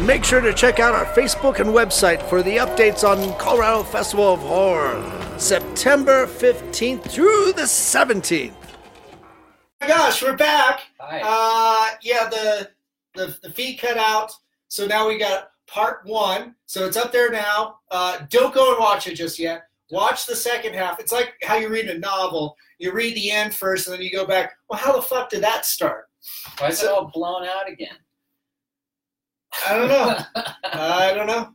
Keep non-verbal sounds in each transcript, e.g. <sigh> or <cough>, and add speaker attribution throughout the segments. Speaker 1: Make sure to check out our Facebook and website for the updates on Colorado Festival of Horror, September 15th through the 17th.
Speaker 2: my gosh, we're back.
Speaker 3: Hi.
Speaker 2: Uh, yeah, the, the the feet cut out. So now we got part one. So it's up there now. Uh, don't go and watch it just yet. Watch the second half. It's like how you read a novel. You read the end first, and then you go back. Well, how the fuck did that start?
Speaker 3: Why is it all blown out again?
Speaker 2: I don't
Speaker 3: <laughs>
Speaker 2: know. I don't know.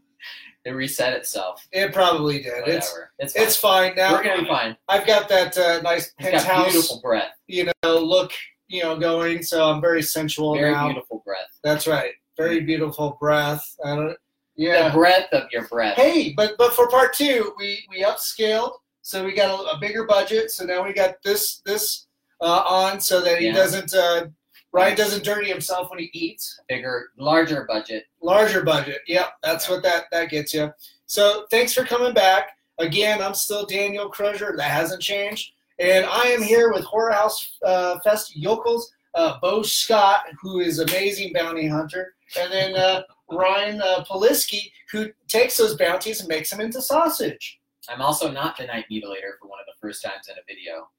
Speaker 3: it reset itself.
Speaker 2: It probably did.
Speaker 3: Whatever.
Speaker 2: It's
Speaker 3: it's fine.
Speaker 2: it's fine now.
Speaker 3: We're gonna be fine.
Speaker 2: I've got that uh, nice
Speaker 3: It's got
Speaker 2: penthouse,
Speaker 3: beautiful breath.
Speaker 2: you know, look, you know, going. So I'm very sensual
Speaker 3: Very
Speaker 2: now.
Speaker 3: beautiful breath.
Speaker 2: That's right. Very beautiful breath. I don't.
Speaker 3: The
Speaker 2: Yeah.
Speaker 3: breath of your breath.
Speaker 2: Hey, but but for part two, we we upscaled, so we got a, a bigger budget. So now we got this this uh, on, so that he
Speaker 3: Yeah.
Speaker 2: doesn't uh, Ryan doesn't dirty himself when he eats.
Speaker 3: Bigger, larger budget.
Speaker 2: Larger budget. Yep, that's what that that gets you. So thanks for coming back again. I'm still Daniel Crozier. That hasn't changed, and I am here with Horror House uh, Fest yokels. Uh, Bo Scott, who is amazing bounty hunter, and then uh, Ryan uh, Poliski, who takes those bounties and makes them into sausage.
Speaker 3: I'm also not the night mutilator for one of the first times in a video.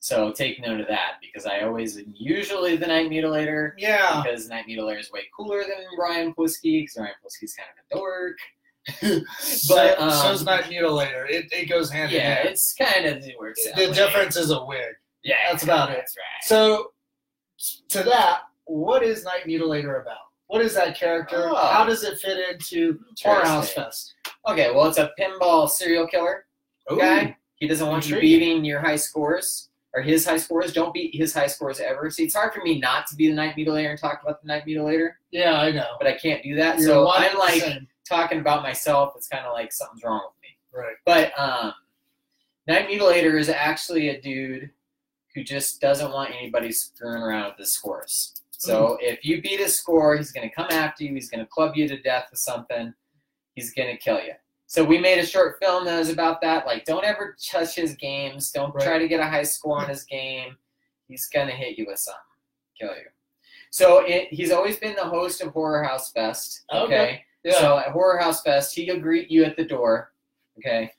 Speaker 3: So take note of that because I always am usually the night mutilator
Speaker 2: Yeah.
Speaker 3: because night mutilator is way cooler than Ryan Puskey because Ryan Puskey's kind of a dork.
Speaker 2: But
Speaker 3: But,
Speaker 2: so,
Speaker 3: um,
Speaker 2: so's not mutilator. It, it goes hand
Speaker 3: yeah,
Speaker 2: in hand.
Speaker 3: it's kind of it works. out
Speaker 2: The
Speaker 3: later.
Speaker 2: difference is a wig.
Speaker 3: Yeah,
Speaker 2: that's about it.
Speaker 3: That's right.
Speaker 2: So to that, what is Night Mutilator about? What is that character?
Speaker 3: Oh.
Speaker 2: How does it fit into Horror House
Speaker 3: Interesting.
Speaker 2: Fest?
Speaker 3: Okay, well, it's a pinball serial killer guy. He doesn't want you
Speaker 2: Intriguing.
Speaker 3: beating your high scores or his high scores. Don't beat his high scores ever. See, it's hard for me not to be the night mutilator and talk about the night mutilator,
Speaker 2: Yeah, I know.
Speaker 3: but I can't do that.
Speaker 2: You're
Speaker 3: so
Speaker 2: one
Speaker 3: I'm like
Speaker 2: percent.
Speaker 3: talking about myself. It's kind of like something's wrong with me.
Speaker 2: right.
Speaker 3: But um, night mutilator is actually a dude who just doesn't want anybody screwing around with his scores. So if you beat his score, he's gonna come after you. He's gonna club you to death with something. He's gonna kill you. So we made a short film that was about that. Like, don't ever touch his games. Don't
Speaker 2: Right.
Speaker 3: try to get a high score on his game. He's gonna hit you with something, kill you. So it, he's always been the host of Horror House Fest.
Speaker 2: Okay. Yeah.
Speaker 3: So at Horror House Fest, he'll greet you at the door. Okay.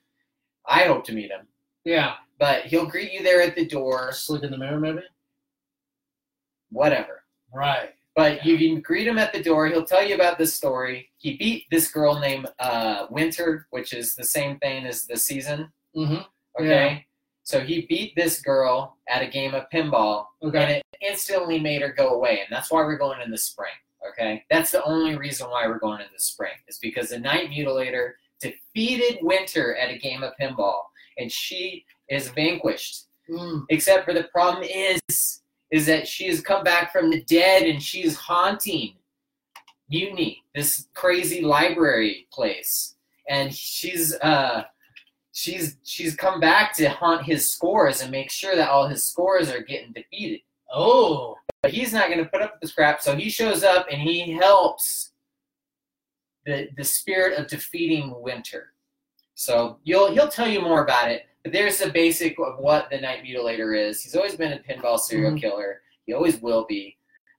Speaker 3: I hope to meet him,
Speaker 2: yeah.
Speaker 3: but he'll greet you there at the door.
Speaker 2: Just look in the mirror, maybe.
Speaker 3: Whatever.
Speaker 2: Right.
Speaker 3: But you can greet him at the door. He'll tell you about this story. He beat this girl named uh, Winter, which is the same thing as the season.
Speaker 2: Mm-hmm.
Speaker 3: Okay. So he beat this girl at a game of pinball, and
Speaker 2: Okay.
Speaker 3: it instantly made her go away. And that's why we're going in the spring. Okay. That's the only reason why we're going in the spring is because the Night Mutilator defeated Winter at a game of pinball, and she is vanquished.
Speaker 2: Mm.
Speaker 3: Except for the problem is, is that she has come back from the dead and she's haunting Mutiny, this crazy library place, and she's uh, she's she's come back to haunt his scores and make sure that all his scores are getting defeated.
Speaker 2: Oh.
Speaker 3: But he's not going to put up with this crap, so he shows up and he helps the the spirit of defeating Winter. So you'll he'll tell you more about it. But there's the basic of what the Night Mutilator is. He's always been a pinball serial
Speaker 2: Mhm.
Speaker 3: killer. He always will be,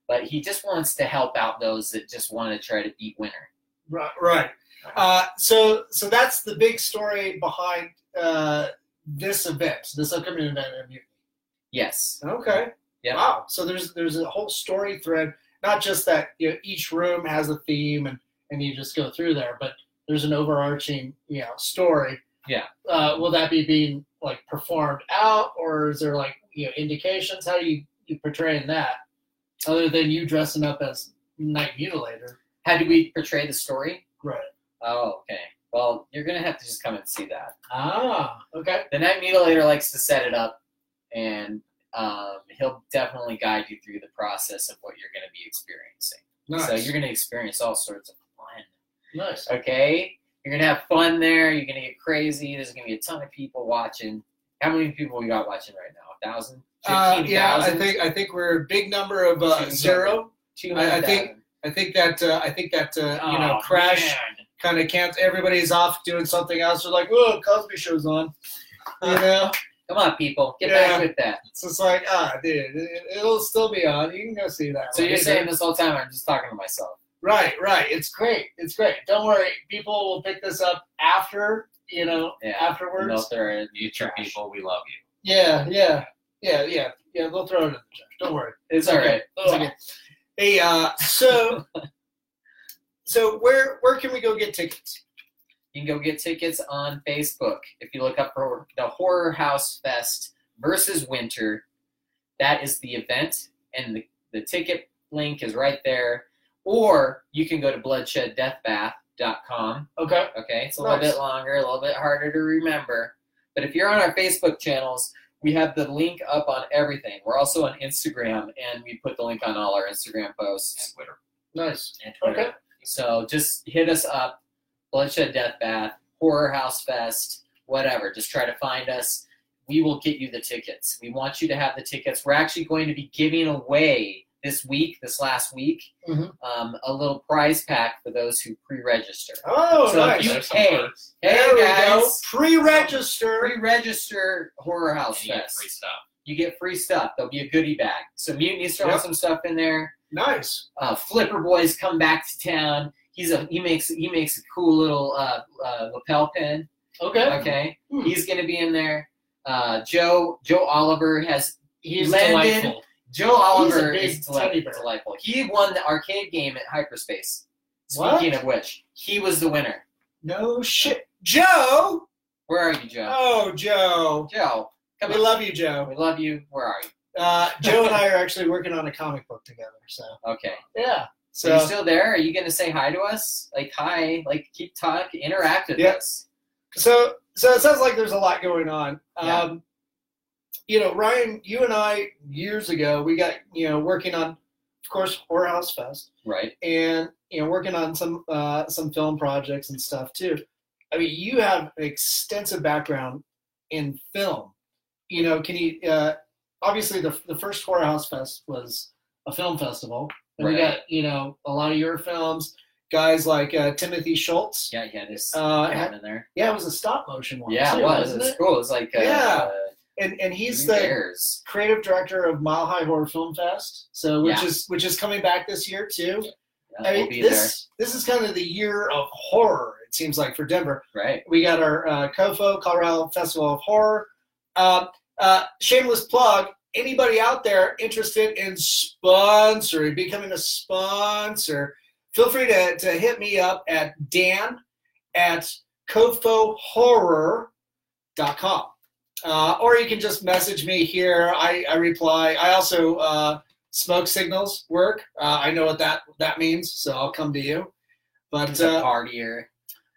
Speaker 3: but he just wants to help out those that just want to try to beat Winter.
Speaker 2: Right, right. Uh, so, so that's the big story behind uh, this event, this upcoming event. in Mutiny.
Speaker 3: Yes.
Speaker 2: Okay.
Speaker 3: Yeah.
Speaker 2: Wow. So there's there's a whole story thread, not just that you know, each room has a theme and and you just go through there, but there's an overarching you know story.
Speaker 3: Yeah.
Speaker 2: Uh, will that be being like performed out, or is there like you know indications? How do you you portraying that, other than you dressing up as night mutilator?
Speaker 3: How do we portray the story?
Speaker 2: Right.
Speaker 3: Oh, okay. Well, you're gonna have to just come and see that.
Speaker 2: Ah. Okay.
Speaker 3: The Night Mutilator likes to set it up, and um, he'll definitely guide you through the process of what you're going to be experiencing.
Speaker 2: Nice.
Speaker 3: So you're Uh, going to experience all sorts of fun.
Speaker 2: nice.
Speaker 3: Okay, you're going to have fun there. You're going to get crazy. There's going to be a ton of people watching. How many people we got watching right now? A thousand?
Speaker 2: Uh, yeah, I
Speaker 3: 15,000?
Speaker 2: think I think we're a big number of uh,
Speaker 3: Seems
Speaker 2: zero. I- I
Speaker 3: 200,000.
Speaker 2: think, I think that uh, I think that uh, you know
Speaker 3: Oh,
Speaker 2: crash.
Speaker 3: man.
Speaker 2: kind of can't. Everybody's off doing something else. They're like, "Whoa, Cosby Show's on," you know.
Speaker 3: Come on, people, get
Speaker 2: Yeah.
Speaker 3: back with that.
Speaker 2: It's just like, ah, dude, it, it'll still be on. You can go see that.
Speaker 3: So
Speaker 2: one.
Speaker 3: you're saying this whole time I'm just talking to myself.
Speaker 2: Right, right. It's great. It's great. Don't worry. People will pick this up after, you know,
Speaker 3: Yeah.
Speaker 2: afterwards.
Speaker 3: They'll throw it. You
Speaker 4: Future
Speaker 3: trash.
Speaker 4: people, we love you.
Speaker 2: Yeah, yeah, yeah, yeah, yeah. They'll throw it in the trash. Don't worry.
Speaker 3: It's all right.
Speaker 2: It's okay. Hey, uh, so, <laughs> so where where can we go get tickets?
Speaker 3: You can go get tickets on Facebook. If you look up for the Horror House Fest versus Winter, that is the event, and the, the ticket link is right there. Or you can go to bloodsheddeathbath.com.
Speaker 2: Okay.
Speaker 3: Okay, it's a
Speaker 2: Nice.
Speaker 3: little bit longer, a little bit harder to remember. But if you're on our Facebook channels, we have the link up on everything. We're also on Instagram, and we put the link on all our Instagram posts.
Speaker 4: And Twitter.
Speaker 2: Nice.
Speaker 4: And Twitter.
Speaker 2: Okay.
Speaker 3: So just hit us up, Bloodshed Death Bath, Horror House Fest, whatever. Just try to find us. We will get you the tickets. We want you to have the tickets. We're actually going to be giving away this week, this last week,
Speaker 2: Mhm.
Speaker 3: um, a little prize pack for those who pre-register.
Speaker 2: Oh,
Speaker 3: So
Speaker 2: nice.
Speaker 3: you-
Speaker 4: There's some
Speaker 3: hey,
Speaker 4: words.
Speaker 3: Hey
Speaker 2: there we go.
Speaker 3: guys,
Speaker 2: Pre-register.
Speaker 3: pre-register Horror
Speaker 4: And
Speaker 3: House
Speaker 4: you get
Speaker 3: Fest.
Speaker 4: free stuff.
Speaker 3: you get free stuff. There'll be a goodie bag. So Mutiny's throwing
Speaker 2: Yep.
Speaker 3: some stuff in there.
Speaker 2: Nice.
Speaker 3: uh, Flipper Boys come back to town. He's a he makes he makes a cool little uh, uh, lapel pin.
Speaker 2: Okay.
Speaker 3: Okay,
Speaker 2: Hmm.
Speaker 3: he's gonna be in there. Uh, Joe Joe Oliver has
Speaker 4: He's
Speaker 3: landed.
Speaker 4: delightful.
Speaker 3: Joe Oliver
Speaker 2: big
Speaker 3: is
Speaker 2: teddy
Speaker 3: delightful,
Speaker 2: bear.
Speaker 3: delightful. He won the arcade game at Hyperspace.
Speaker 2: What?
Speaker 3: Speaking of which, he was the winner.
Speaker 2: No shit, Joe.
Speaker 3: Where are you, Joe?
Speaker 2: Oh, Joe.
Speaker 3: Joe, come
Speaker 2: We
Speaker 3: on.
Speaker 2: love you, Joe.
Speaker 3: we love you. Where are you?
Speaker 2: Uh, Joe and I are actually working on a comic book together. So
Speaker 3: Okay.
Speaker 2: yeah.
Speaker 3: So are you
Speaker 2: So
Speaker 3: still there? Are you gonna say hi to us? Like hi, like keep talk, interact with
Speaker 2: Yeah.
Speaker 3: us.
Speaker 2: so so it sounds like there's a lot going on.
Speaker 3: Yeah.
Speaker 2: Um, you know, Ryan, you and I years ago we got you know working on, of course, Horror House Fest,
Speaker 3: Right.
Speaker 2: and you know working on some uh, some film projects and stuff too. I mean, you have an extensive background in film. You know, can you? Uh, obviously, the the first Horror House Fest was a film festival, and we
Speaker 3: Right.
Speaker 2: got you know a lot of your films. Guys like uh, Timothy Schultz.
Speaker 3: Yeah, yeah, there's
Speaker 2: Uh,
Speaker 3: one in there.
Speaker 2: Yeah, it was a stop motion one.
Speaker 3: Yeah,
Speaker 2: too,
Speaker 3: it was.
Speaker 2: wasn't
Speaker 3: It's
Speaker 2: it?
Speaker 3: cool. It's like uh,
Speaker 2: Yeah. And and he's
Speaker 3: Three
Speaker 2: the
Speaker 3: Bears.
Speaker 2: creative director of Mile High Horror Film Fest, so which
Speaker 3: Yeah.
Speaker 2: is which is coming back this year too.
Speaker 3: Yeah,
Speaker 2: I
Speaker 3: we'll
Speaker 2: mean,
Speaker 3: be
Speaker 2: this this is kind of the year of horror. It seems like for Denver,
Speaker 3: there, right?
Speaker 2: we got our uh, COFO Colorado Festival of Horror. Uh, uh, shameless plug. Anybody out there interested in sponsoring, becoming a sponsor, feel free to, to hit me up at dan at cofohorror.com. Uh, or you can just message me here. I, I reply. I also uh, smoke signals work. Uh, I know what that, that means, so I'll come to you. But
Speaker 3: It's
Speaker 2: uh,
Speaker 3: a partier.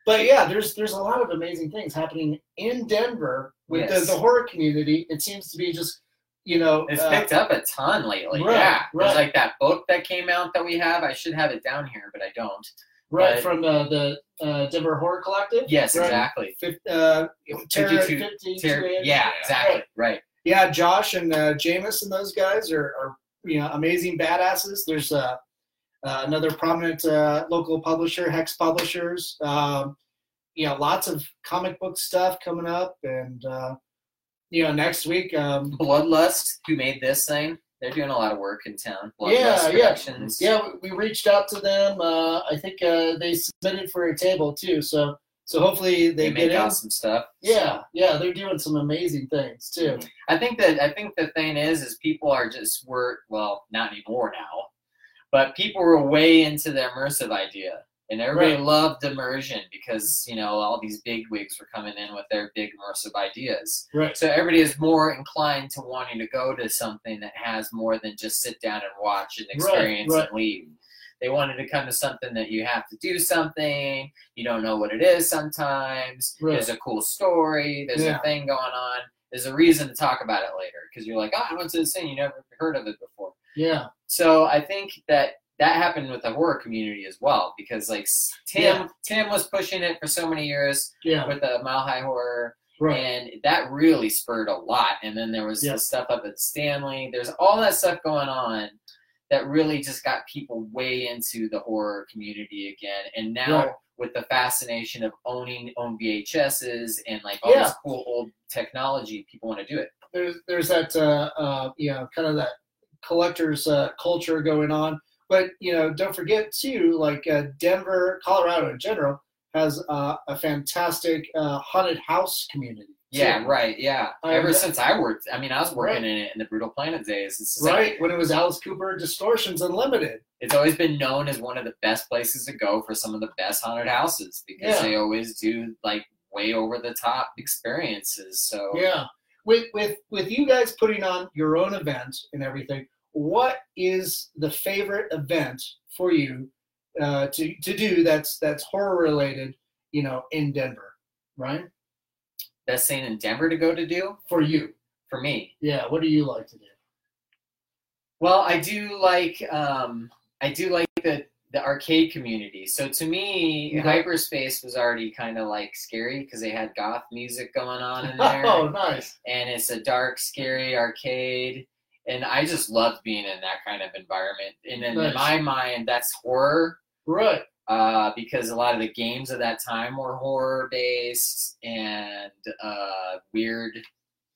Speaker 2: but yeah, there's there's a lot of amazing things happening in Denver with the,
Speaker 3: Yes.
Speaker 2: the horror community. It seems to be just, you know,
Speaker 3: It's
Speaker 2: uh,
Speaker 3: picked up a ton lately.
Speaker 2: right,
Speaker 3: yeah,
Speaker 2: right.
Speaker 3: there's like that book that came out that we have. I should have it down here, but I don't.
Speaker 2: right
Speaker 3: but-
Speaker 2: from uh, the uh, Denver Horror Collective.
Speaker 3: Yes,
Speaker 2: Right.
Speaker 3: exactly.
Speaker 2: Fif- uh, Terror
Speaker 3: 52
Speaker 2: 52
Speaker 3: Ter-
Speaker 2: Inch.
Speaker 3: yeah,
Speaker 4: Yeah.
Speaker 3: exactly. Right.
Speaker 2: yeah. Josh and uh, Jameis and those guys are, are you know amazing badasses. There's uh, uh, another prominent uh, local publisher, Hex Publishers. Um, you know, lots of comic book stuff coming up, and uh, you know, next week. Um,
Speaker 3: Bloodlust, who made this thing? They're doing a lot of work in town. Bloodlust
Speaker 2: Yeah, yeah.
Speaker 3: Productions.
Speaker 2: Yeah, we, we reached out to them. Uh, I think uh, they submitted for a table too. So so hopefully
Speaker 3: They,
Speaker 2: they,
Speaker 3: make
Speaker 2: get in.
Speaker 3: awesome stuff.
Speaker 2: Yeah, yeah, they're doing some amazing things too.
Speaker 3: I think that I think the thing is is people are just were well not anymore now, but people were way into the immersive idea, and everybody
Speaker 2: Right.
Speaker 3: loved immersion because you know all these big wigs were coming in with their big immersive ideas.
Speaker 2: Right.
Speaker 3: So everybody is more inclined to wanting to go to something that has more than just sit down and watch and experience
Speaker 2: right.
Speaker 3: and leave. They wanted to come to something that you have to do something. You don't know what it is sometimes.
Speaker 2: Right.
Speaker 3: There's a cool story. There's
Speaker 2: Yeah.
Speaker 3: a thing going on there's a reason to talk about it later because you're like, oh, I went to this thing, you never heard of it before.
Speaker 2: Yeah.
Speaker 3: So I think that that happened with the horror community as well because like s- Tim, Tim was pushing it for so many years
Speaker 2: Yeah.
Speaker 3: with the Mile High Horror,
Speaker 2: Right.
Speaker 3: and that really spurred a lot. And then there was
Speaker 2: Yeah.
Speaker 3: the stuff up at Stanley. There's all that stuff going on that really just got people way into the horror community again. And now.
Speaker 2: Right.
Speaker 3: With the fascination of owning own VHSs and like all
Speaker 2: Yeah.
Speaker 3: this cool old technology, people want to do it.
Speaker 2: There's there's that uh, uh, you know kind of that collectors uh, culture going on But you know, don't forget too, like uh, Denver, Colorado in general has uh, a fantastic uh, haunted house community. too.
Speaker 3: Yeah, right. Yeah.
Speaker 2: I
Speaker 3: Ever
Speaker 2: remember-
Speaker 3: since I worked, I mean, I was working
Speaker 2: Right.
Speaker 3: in it in the Brutal Planet days. It's, just like-
Speaker 2: right when it was Alice Cooper Distortions Unlimited.
Speaker 3: it's always been known as one of the best places to go for some of the best haunted houses because
Speaker 2: Yeah.
Speaker 3: they always do like way over the top experiences. So
Speaker 2: Yeah. With with with you guys putting on your own event and everything, what is the favorite event for you uh, to to do that's that's horror related? You know, in Denver, right?
Speaker 3: best thing in Denver to go to do
Speaker 2: For you,
Speaker 3: for me.
Speaker 2: yeah. What do you like to do?
Speaker 3: Well, I do like um, I do like the the arcade community. So to me,
Speaker 2: Okay.
Speaker 3: hyperspace was already kind of like scary because they had goth music going on
Speaker 2: <laughs>
Speaker 3: in there,
Speaker 2: Oh, nice.
Speaker 3: and it's a dark, scary arcade. And I just loved being in that kind of environment. And then in
Speaker 2: Nice.
Speaker 3: my mind, that's horror
Speaker 2: Right.
Speaker 3: uh, because a lot of the games of that time were horror based and uh, weird,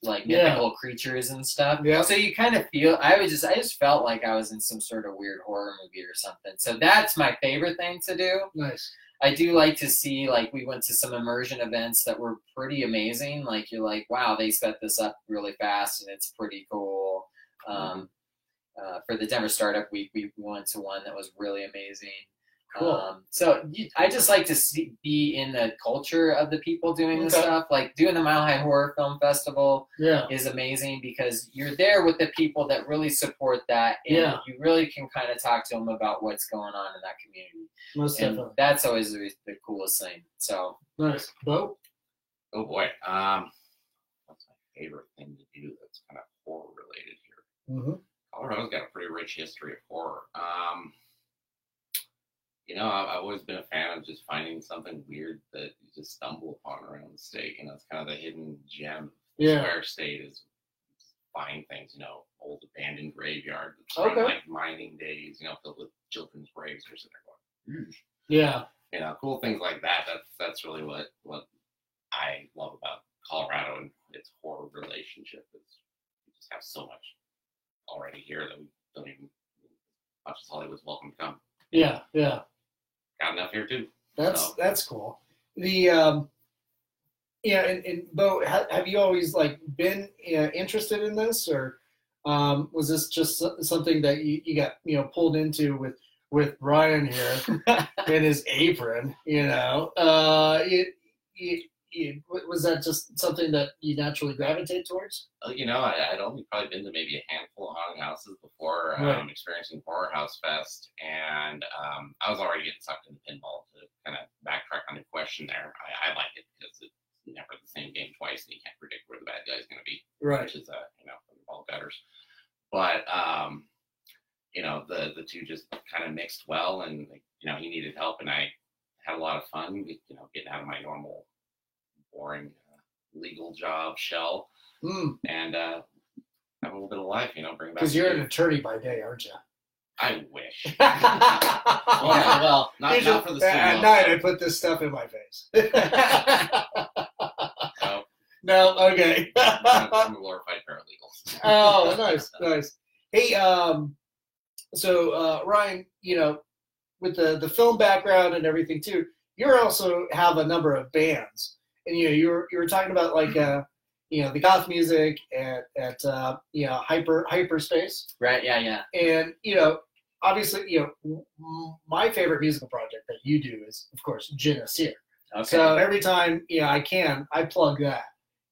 Speaker 3: like
Speaker 2: Yeah.
Speaker 3: mythical creatures and stuff.
Speaker 2: Yeah.
Speaker 3: So you kind of feel I was just I just felt like I was in some sort of weird horror movie or something. So that's my favorite thing to do.
Speaker 2: Nice.
Speaker 3: I do like to see like we went to some immersion events that were pretty amazing. Like you're like, wow, they set this up really fast and it's pretty cool. Um, uh, for the Denver Startup Week, we went to one that was really amazing.
Speaker 2: Cool.
Speaker 3: Um, so you, I just like to see, be in the culture of the people doing this
Speaker 2: Okay.
Speaker 3: stuff. Like doing the Mile High Horror Film Festival
Speaker 2: Yeah.
Speaker 3: is amazing because you're there with the people that really support that, and
Speaker 2: Yeah.
Speaker 3: you really can kind of talk to them about what's going on in that community
Speaker 2: Most
Speaker 3: and
Speaker 2: definitely.
Speaker 3: that's always the, the coolest thing. So
Speaker 2: Nice. Bo.
Speaker 4: Oh boy. Um, what's my favorite thing to do that's kind of horror related here?
Speaker 2: Mm-hmm.
Speaker 4: Colorado's got a pretty rich history of horror. Um, you know, I've, I've always been a fan of just finding something weird that you just stumble upon around the state. You know, it's kind of the hidden gem.
Speaker 2: Yeah.
Speaker 4: of Our state is find things. You know, old abandoned graveyards. from,
Speaker 2: Okay.
Speaker 4: Like mining days. You know, filled with children's graves. Or something like that.
Speaker 2: Yeah.
Speaker 4: You know, cool things like that. That's that's really what what I love about Colorado and its horror relationship is we just have so much already here that we don't even much as Hollywood's welcome to come.
Speaker 2: Yeah. Yeah.
Speaker 4: Got enough here too.
Speaker 2: That's
Speaker 4: So-
Speaker 2: that's cool. The um, yeah, and, and Bo, ha- have you always like been uh, interested in this, or um, was this just so- something that you, you got you know pulled into with with Ryan here in his apron? You know, uh, it, it, it, wa- was that just something that you naturally gravitate towards?
Speaker 4: Uh, You know, I, I'd only probably been to maybe a handful of haunted houses before um,
Speaker 2: Right.
Speaker 4: experiencing Horror House Fest, and um, I was already getting sucked into pinball. To kind of backtrack on the question there, I, I like it because it's never the same game twice, and you can't predict where the bad guy's going to be. which is uh, you know all gutters. But um, you know the the two just kind of mixed well, and you know he needed help, and I had a lot of fun, you know, getting out of my normal boring uh, legal job shell
Speaker 2: Because
Speaker 4: and uh, have a little bit of life, you know, bring back. the
Speaker 2: Hmm, you're an
Speaker 4: kids.
Speaker 2: attorney by day, aren't you?
Speaker 4: I
Speaker 3: <laughs>
Speaker 4: wish. Well,
Speaker 2: yeah,
Speaker 4: yeah, well, not,
Speaker 2: Here's
Speaker 4: not
Speaker 2: your-
Speaker 4: for the
Speaker 2: at
Speaker 4: same
Speaker 2: night, I put this stuff in my face. <laughs>
Speaker 4: So,
Speaker 2: no, okay. <laughs>
Speaker 4: I'm I'm a glorified paralegal.
Speaker 2: oh, nice, nice. Hey, um, so uh, Ryan, you know, with the the film background and everything too, you also have a number of bands, and you know, you were you were talking about like uh, you know, the goth music at at uh, you know, hyper hyperspace
Speaker 3: right, yeah, yeah,
Speaker 2: and you know obviously you know m- my favorite musical project that you do is of course Genesee.
Speaker 3: okay,
Speaker 2: so every time you know i can i plug that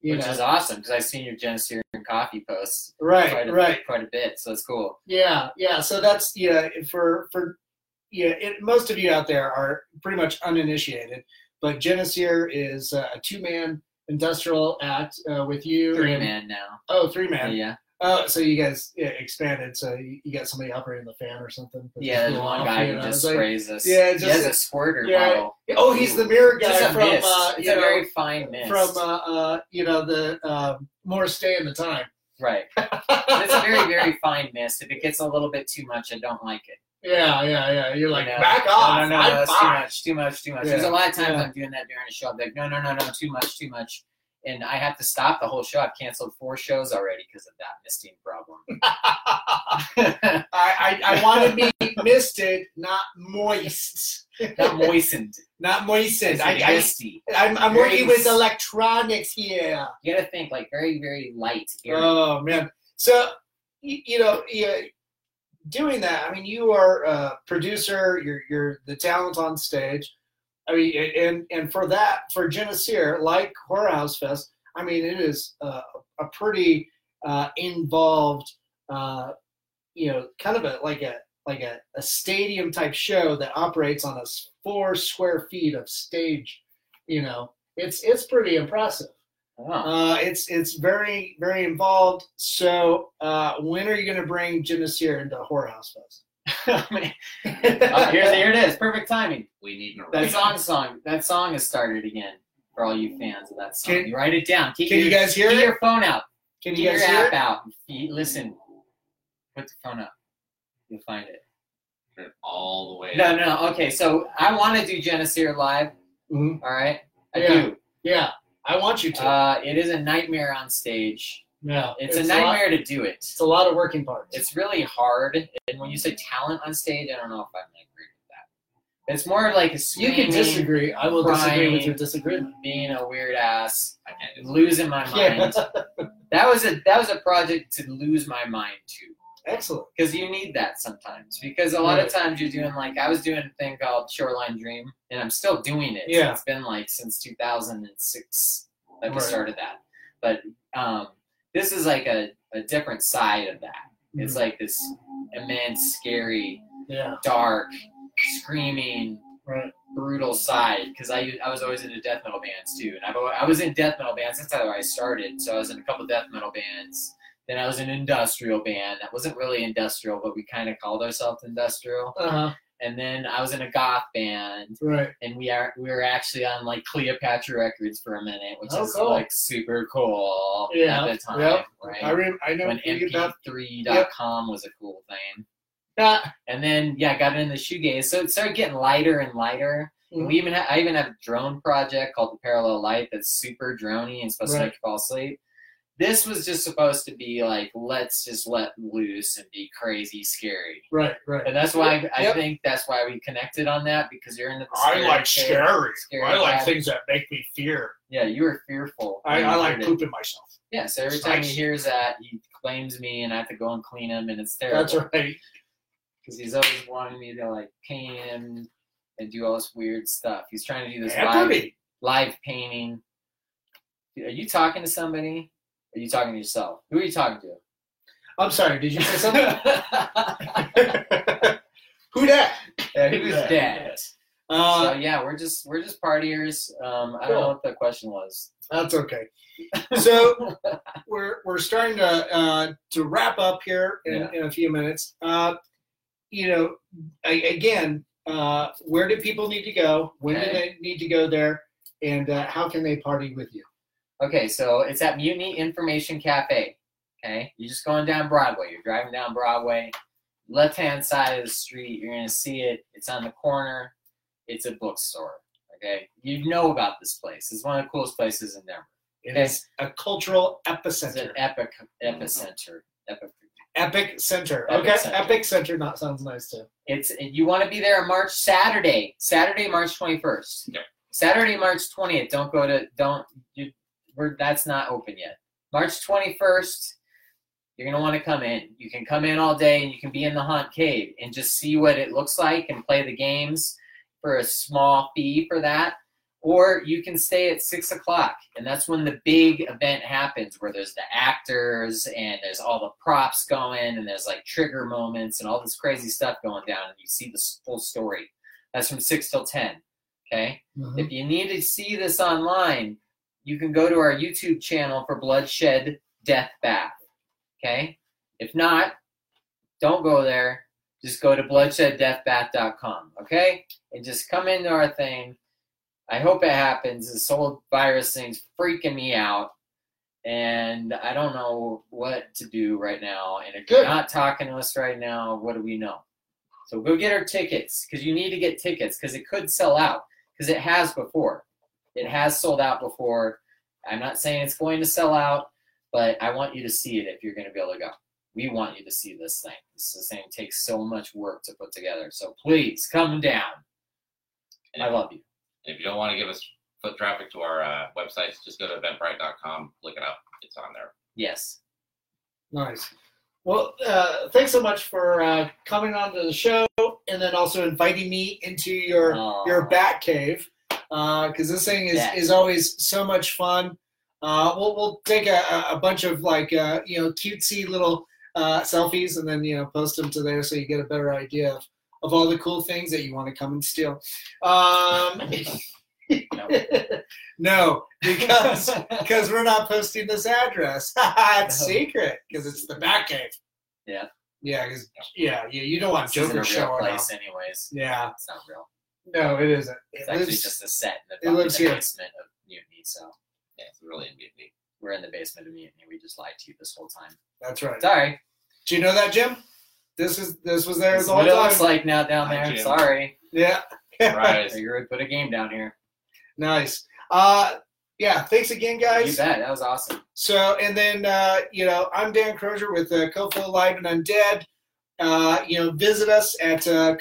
Speaker 2: you
Speaker 3: which
Speaker 2: know
Speaker 3: is awesome because I've seen your Genesee and coffee posts quite
Speaker 2: right
Speaker 3: a,
Speaker 2: right
Speaker 3: quite a bit, so it's cool.
Speaker 2: yeah yeah so that's yeah for for yeah it, most of you out there are pretty much uninitiated but Genesee is uh, a two-man industrial act uh, with you
Speaker 3: Three
Speaker 2: and-
Speaker 3: man now,
Speaker 2: oh three man
Speaker 3: yeah,
Speaker 2: oh so you guys yeah, expanded so you, you got somebody operating the fan or something
Speaker 3: yeah. There's one guy
Speaker 2: You
Speaker 3: who
Speaker 2: know,
Speaker 3: just
Speaker 2: it's like-
Speaker 3: sprays us.
Speaker 2: yeah,
Speaker 3: he
Speaker 2: just-
Speaker 3: has a squirter
Speaker 2: yeah,
Speaker 3: bottle.
Speaker 2: Oh, he's the mirror
Speaker 3: It's just
Speaker 2: guy
Speaker 3: a
Speaker 2: from
Speaker 3: mist.
Speaker 2: uh,
Speaker 3: it's
Speaker 2: you
Speaker 3: a
Speaker 2: know,
Speaker 3: very fine mist.
Speaker 2: from uh, uh, you know the uh, Morris Day and the Time.
Speaker 3: right, But it's a very very fine mist. If it gets a little bit too much, I don't like it.
Speaker 2: yeah, yeah, yeah. You're like
Speaker 3: You know?
Speaker 2: back
Speaker 3: No,
Speaker 2: off.
Speaker 3: No, no,
Speaker 2: I'm
Speaker 3: no, it's too
Speaker 2: fine."
Speaker 3: much, too much, too much.
Speaker 2: Yeah.
Speaker 3: There's a lot of times
Speaker 2: Yeah.
Speaker 3: I'm doing that during a show. I'm like, no, no, no, no, too much, too much. and I have to stop the whole show. I've canceled four shows already because of that misting
Speaker 2: <laughs>
Speaker 3: problem. <laughs>
Speaker 2: I, I, I want to be misted, not moist.
Speaker 3: Not moistened.
Speaker 2: Not moistened.
Speaker 3: It's
Speaker 2: I, I,
Speaker 3: misty.
Speaker 2: I'm, I'm
Speaker 3: Very
Speaker 2: working with
Speaker 3: s-
Speaker 2: electronics here.
Speaker 3: You gotta think like very, very light. Here.
Speaker 2: Oh man! So you, you know, yeah, doing that. I mean, you are a producer. You're you're the talent on stage. I mean, a- and and for that, for Genesee, like Horror House Fest, I mean, it is a, a pretty uh, involved, uh, you know, kind of a like a like a, a stadium type show that operates on a s- four square feet of stage. You know, it's it's pretty impressive.
Speaker 3: <laughs> Oh.
Speaker 2: Uh, it's it's very very involved. So uh, when are you going to bring Genesee into Horror House Fest? uh,
Speaker 3: Oh, <laughs> here's, here it is. Perfect timing.
Speaker 4: We need an
Speaker 3: That
Speaker 4: arena.
Speaker 3: song, song, that song has started again for all you fans of that song.
Speaker 2: Can-
Speaker 3: you write it down. Keep
Speaker 2: Can
Speaker 3: your,
Speaker 2: you guys hear
Speaker 3: keep
Speaker 2: it?
Speaker 3: your phone out.
Speaker 2: Can
Speaker 3: Keep
Speaker 2: you
Speaker 3: your
Speaker 2: guys hear it?
Speaker 3: app out. You- Listen. Put the phone up. You'll find it.
Speaker 4: all the way.
Speaker 3: No, no, no. Okay, so I want to do Genesee live.
Speaker 2: Mhm.
Speaker 3: All right, I
Speaker 2: Yeah.
Speaker 3: do.
Speaker 2: Yeah, I want you to.
Speaker 3: Uh, it is a nightmare on stage.
Speaker 2: yeah,
Speaker 3: It's, a
Speaker 2: lot-
Speaker 3: nightmare to do it.
Speaker 2: it's a lot of working parts.
Speaker 3: It's really hard. And when you say talent on stage, I don't know if I am agree with that. It's more like a
Speaker 2: you can
Speaker 3: screaming,
Speaker 2: disagree. I will disagree with your
Speaker 3: crying,
Speaker 2: disagreement.
Speaker 3: being a weird ass,
Speaker 4: I can't do that.
Speaker 3: losing my
Speaker 2: <laughs>
Speaker 3: mind.
Speaker 2: Yeah.
Speaker 3: That was a that was a project to lose my mind to.
Speaker 2: Excellent.
Speaker 3: because you need that sometimes. Because a lot of times you're doing like I was doing a thing called Shoreline Dream, and I'm still doing it.
Speaker 2: Yeah.
Speaker 3: it's been like since 2006 that we
Speaker 2: Right.
Speaker 3: started that. But um, this is like a, a different side of that. It's
Speaker 2: Mm.
Speaker 3: like this immense, scary,
Speaker 2: Yeah.
Speaker 3: dark, screaming,
Speaker 2: Right.
Speaker 3: brutal side. Because I I was always into death metal bands too, and I've, al- I was in death metal bands. That's how I started. So I was in a couple death metal bands. Then I was in an industrial band. That wasn't really industrial, but we kind of called ourselves industrial.
Speaker 2: Uh huh.
Speaker 3: And then I was in a goth band,
Speaker 2: Right.
Speaker 3: and we are we were actually on like Cleopatra Records for a minute, which
Speaker 2: Oh,
Speaker 3: is
Speaker 2: cool.
Speaker 3: like super cool
Speaker 2: Yeah,
Speaker 3: at the time,
Speaker 2: yep.
Speaker 3: right?
Speaker 2: I rem- I know
Speaker 3: when
Speaker 2: you got
Speaker 3: MP3.com was a cool thing.
Speaker 2: that.
Speaker 3: And then yeah, got in the shoegaze. So it started getting lighter and lighter. And
Speaker 2: Mm-hmm.
Speaker 3: We even ha- I even have a drone project called the Parallel Light that's super drony and supposed to
Speaker 2: Right.
Speaker 3: make you fall asleep. This was just supposed to be like let's just let loose and be crazy scary.
Speaker 2: Right. Right.
Speaker 3: And that's why I, I
Speaker 2: Yep.
Speaker 3: think that's why we connected on that because you're in the.
Speaker 2: I like
Speaker 3: scary. scary vibe.
Speaker 2: things that make me fear.
Speaker 3: Yeah, you were fearful. when you heard it.
Speaker 2: myself.
Speaker 3: Yeah, so every
Speaker 2: It's
Speaker 3: time he
Speaker 2: nice.
Speaker 3: hears that, he blames me, and I have to go and clean him, and it's terrible.
Speaker 2: That's right.
Speaker 3: because he's always wanting me to like paint him and do all this weird stuff. He's trying to do this live,
Speaker 2: Everybody.
Speaker 3: live painting. Are you talking to somebody? Are you talking to yourself? Who are you talking to?
Speaker 2: I'm sorry. Did you say something? <laughs>
Speaker 3: Yeah,
Speaker 2: Who that?
Speaker 3: <laughs> Who's
Speaker 2: Yeah.
Speaker 3: dead?
Speaker 2: Uh,
Speaker 3: so yeah, we're just we're just partiers. Um, I don't know
Speaker 2: Cool.
Speaker 3: what the question was.
Speaker 2: That's
Speaker 3: <laughs>
Speaker 2: okay. So we're we're starting to uh, to wrap up here in,
Speaker 3: Yeah.
Speaker 2: in a few minutes. Uh, you know, a- again, uh, where do people need to go? When do
Speaker 3: Okay.
Speaker 2: they need to go there? And uh, how can they party with you?
Speaker 3: Okay, so it's at Mutiny Information Cafe. Okay, you're just going down Broadway. You're driving down Broadway, left hand side of the street. You're gonna see it. It's on the corner. It's a bookstore. Okay, you know about this place. It's one of the coolest places in Denver.
Speaker 2: It
Speaker 3: Okay.
Speaker 2: is a cultural
Speaker 3: It's an
Speaker 2: epicenter,
Speaker 3: epic epicenter. Epic.
Speaker 2: epic center.
Speaker 3: Epic
Speaker 2: okay,
Speaker 3: center.
Speaker 2: epic center. Not sounds nice too.
Speaker 3: It's you want to be there on March Saturday, Saturday March 21st.
Speaker 4: Yep.
Speaker 3: Saturday March 20th. Don't go to don't you. We're that's not open yet. March 21st. You're gonna want to come in. You can come in all day and you can be in the haunt cave and just see what it looks like and play the games for a small fee for that. Or you can stay at six o'clock, and that's when the big event happens, where there's the actors and there's all the props going, and there's like trigger moments and all this crazy stuff going down, and you see the s- full story. That's from six till ten. Okay.
Speaker 2: Mhm.
Speaker 3: If you need to see this online, you can go to our YouTube channel for Bloodshed Death Bath. Okay. If not, don't go there. Just go to bloodsheddeathbath.com. Okay. And just come into our thing. I hope it happens. This whole virus thing's freaking me out. And I don't know what to do right now. And if you're
Speaker 2: Good.
Speaker 3: not talking to us right now, what do we know? So go get our tickets because you need to get tickets because it could sell out because it has before. It has sold out before. I'm not saying it's going to sell out, but I want you to see it if you're going to be able to go. We want you to see this thing. This is thing takes so much work to put together. So please come down.
Speaker 4: And
Speaker 3: I
Speaker 4: if-
Speaker 3: love you.
Speaker 4: And if you don't want to give us foot traffic to our uh, websites, just go to eventbrite.com, look it up. It's on there.
Speaker 3: Yes.
Speaker 2: Nice. Well, uh, thanks so much for uh, coming on to the show, and then also inviting me into your
Speaker 3: Aw.
Speaker 2: your bat cave, because this thing is,
Speaker 3: Bat.
Speaker 2: is always so much fun. Uh, we'll we'll take a, a- a bunch of like uh, you know cutesy little uh, selfies, and then you know post them to there, so you get a better idea of, of all the cool things that you want to come and steal. Um,
Speaker 3: <laughs> No.
Speaker 2: no, <laughs> because because we're not posting this address. <laughs> it's
Speaker 3: No.
Speaker 2: secret because it's the Batcave.
Speaker 3: Uh-huh. Yeah.
Speaker 2: Yeah, 'cause- yeah, yeah. You don't want
Speaker 3: This isn't a
Speaker 2: Joker
Speaker 3: real
Speaker 2: showing up.
Speaker 3: place, anyways.
Speaker 2: Yeah,
Speaker 3: It's not real.
Speaker 2: no, it isn't. It
Speaker 3: It's actually
Speaker 2: lives-
Speaker 3: just a set in
Speaker 2: it
Speaker 3: the, bottom
Speaker 2: lives
Speaker 3: in the
Speaker 2: here.
Speaker 3: basement of Mutiny. So
Speaker 4: Yeah, it's really amazing.
Speaker 3: we're in the basement of Mutiny. We just lied to you this whole time.
Speaker 2: that's right.
Speaker 3: Sorry.
Speaker 2: Do you know that, Jim? This is this was there
Speaker 3: This is
Speaker 2: the whole
Speaker 3: what it looks
Speaker 2: time.
Speaker 3: like now down
Speaker 4: Hi,
Speaker 3: there.
Speaker 4: Jim.
Speaker 3: Sorry.
Speaker 2: Yeah,
Speaker 4: Right.
Speaker 3: Figure would put a game down here.
Speaker 2: nice. Uh, yeah, thanks again,
Speaker 3: You
Speaker 2: guys.
Speaker 3: bet. That was awesome.
Speaker 2: So, and then, uh, you know, I'm Dan Crozier with uh, Kofo Live and Undead. Uh, you know, visit us at uh,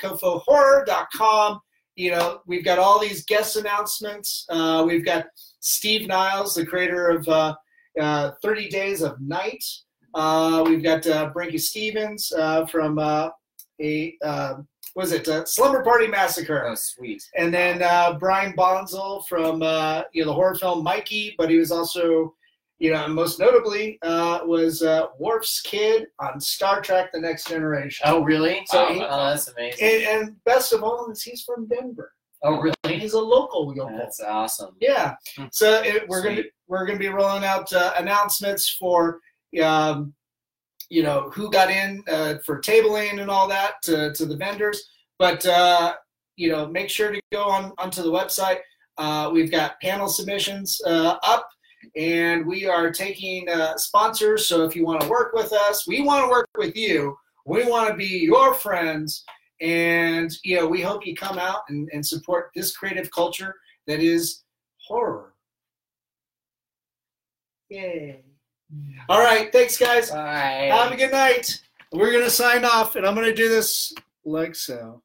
Speaker 2: kofohorror.com. You know, we've got all these guest announcements. Uh, we've got Steve Niles, the creator of uh, uh, 30 Days of Night. Uh, we've got uh, Branky Stevens uh, from uh, a, uh, what is it, uh, Slumber Party Massacre.
Speaker 3: Oh, sweet.
Speaker 2: And then uh, Brian Bonzel from uh, you know the horror film Mikey, but he was also, you know, most notably uh, was uh, Worf's kid on Star Trek: The Next Generation.
Speaker 3: Oh, really?
Speaker 4: So
Speaker 3: oh,
Speaker 4: he-
Speaker 3: oh, that's amazing.
Speaker 2: And, and best of all is he's from Denver.
Speaker 3: oh, really?
Speaker 2: He's a local yokel.
Speaker 3: That's awesome.
Speaker 2: Yeah.
Speaker 4: Hmm.
Speaker 2: So it, we're
Speaker 3: Sweet.
Speaker 2: gonna we're gonna be rolling out uh, announcements for um, you know who got in uh, for tabling and all that to, to the vendors. But uh, you know, make sure to go on onto the website. Uh, we've got panel submissions uh, up, and we are taking uh, sponsors. So if you want to work with us, we want to work with you. We want to be your friends, and you know, we hope you come out and, and support this creative culture that is horror. Yay. All right. Thanks, guys.
Speaker 3: Bye.
Speaker 2: Um, Have a good night. We're going to sign off, and I'm going to do this like so.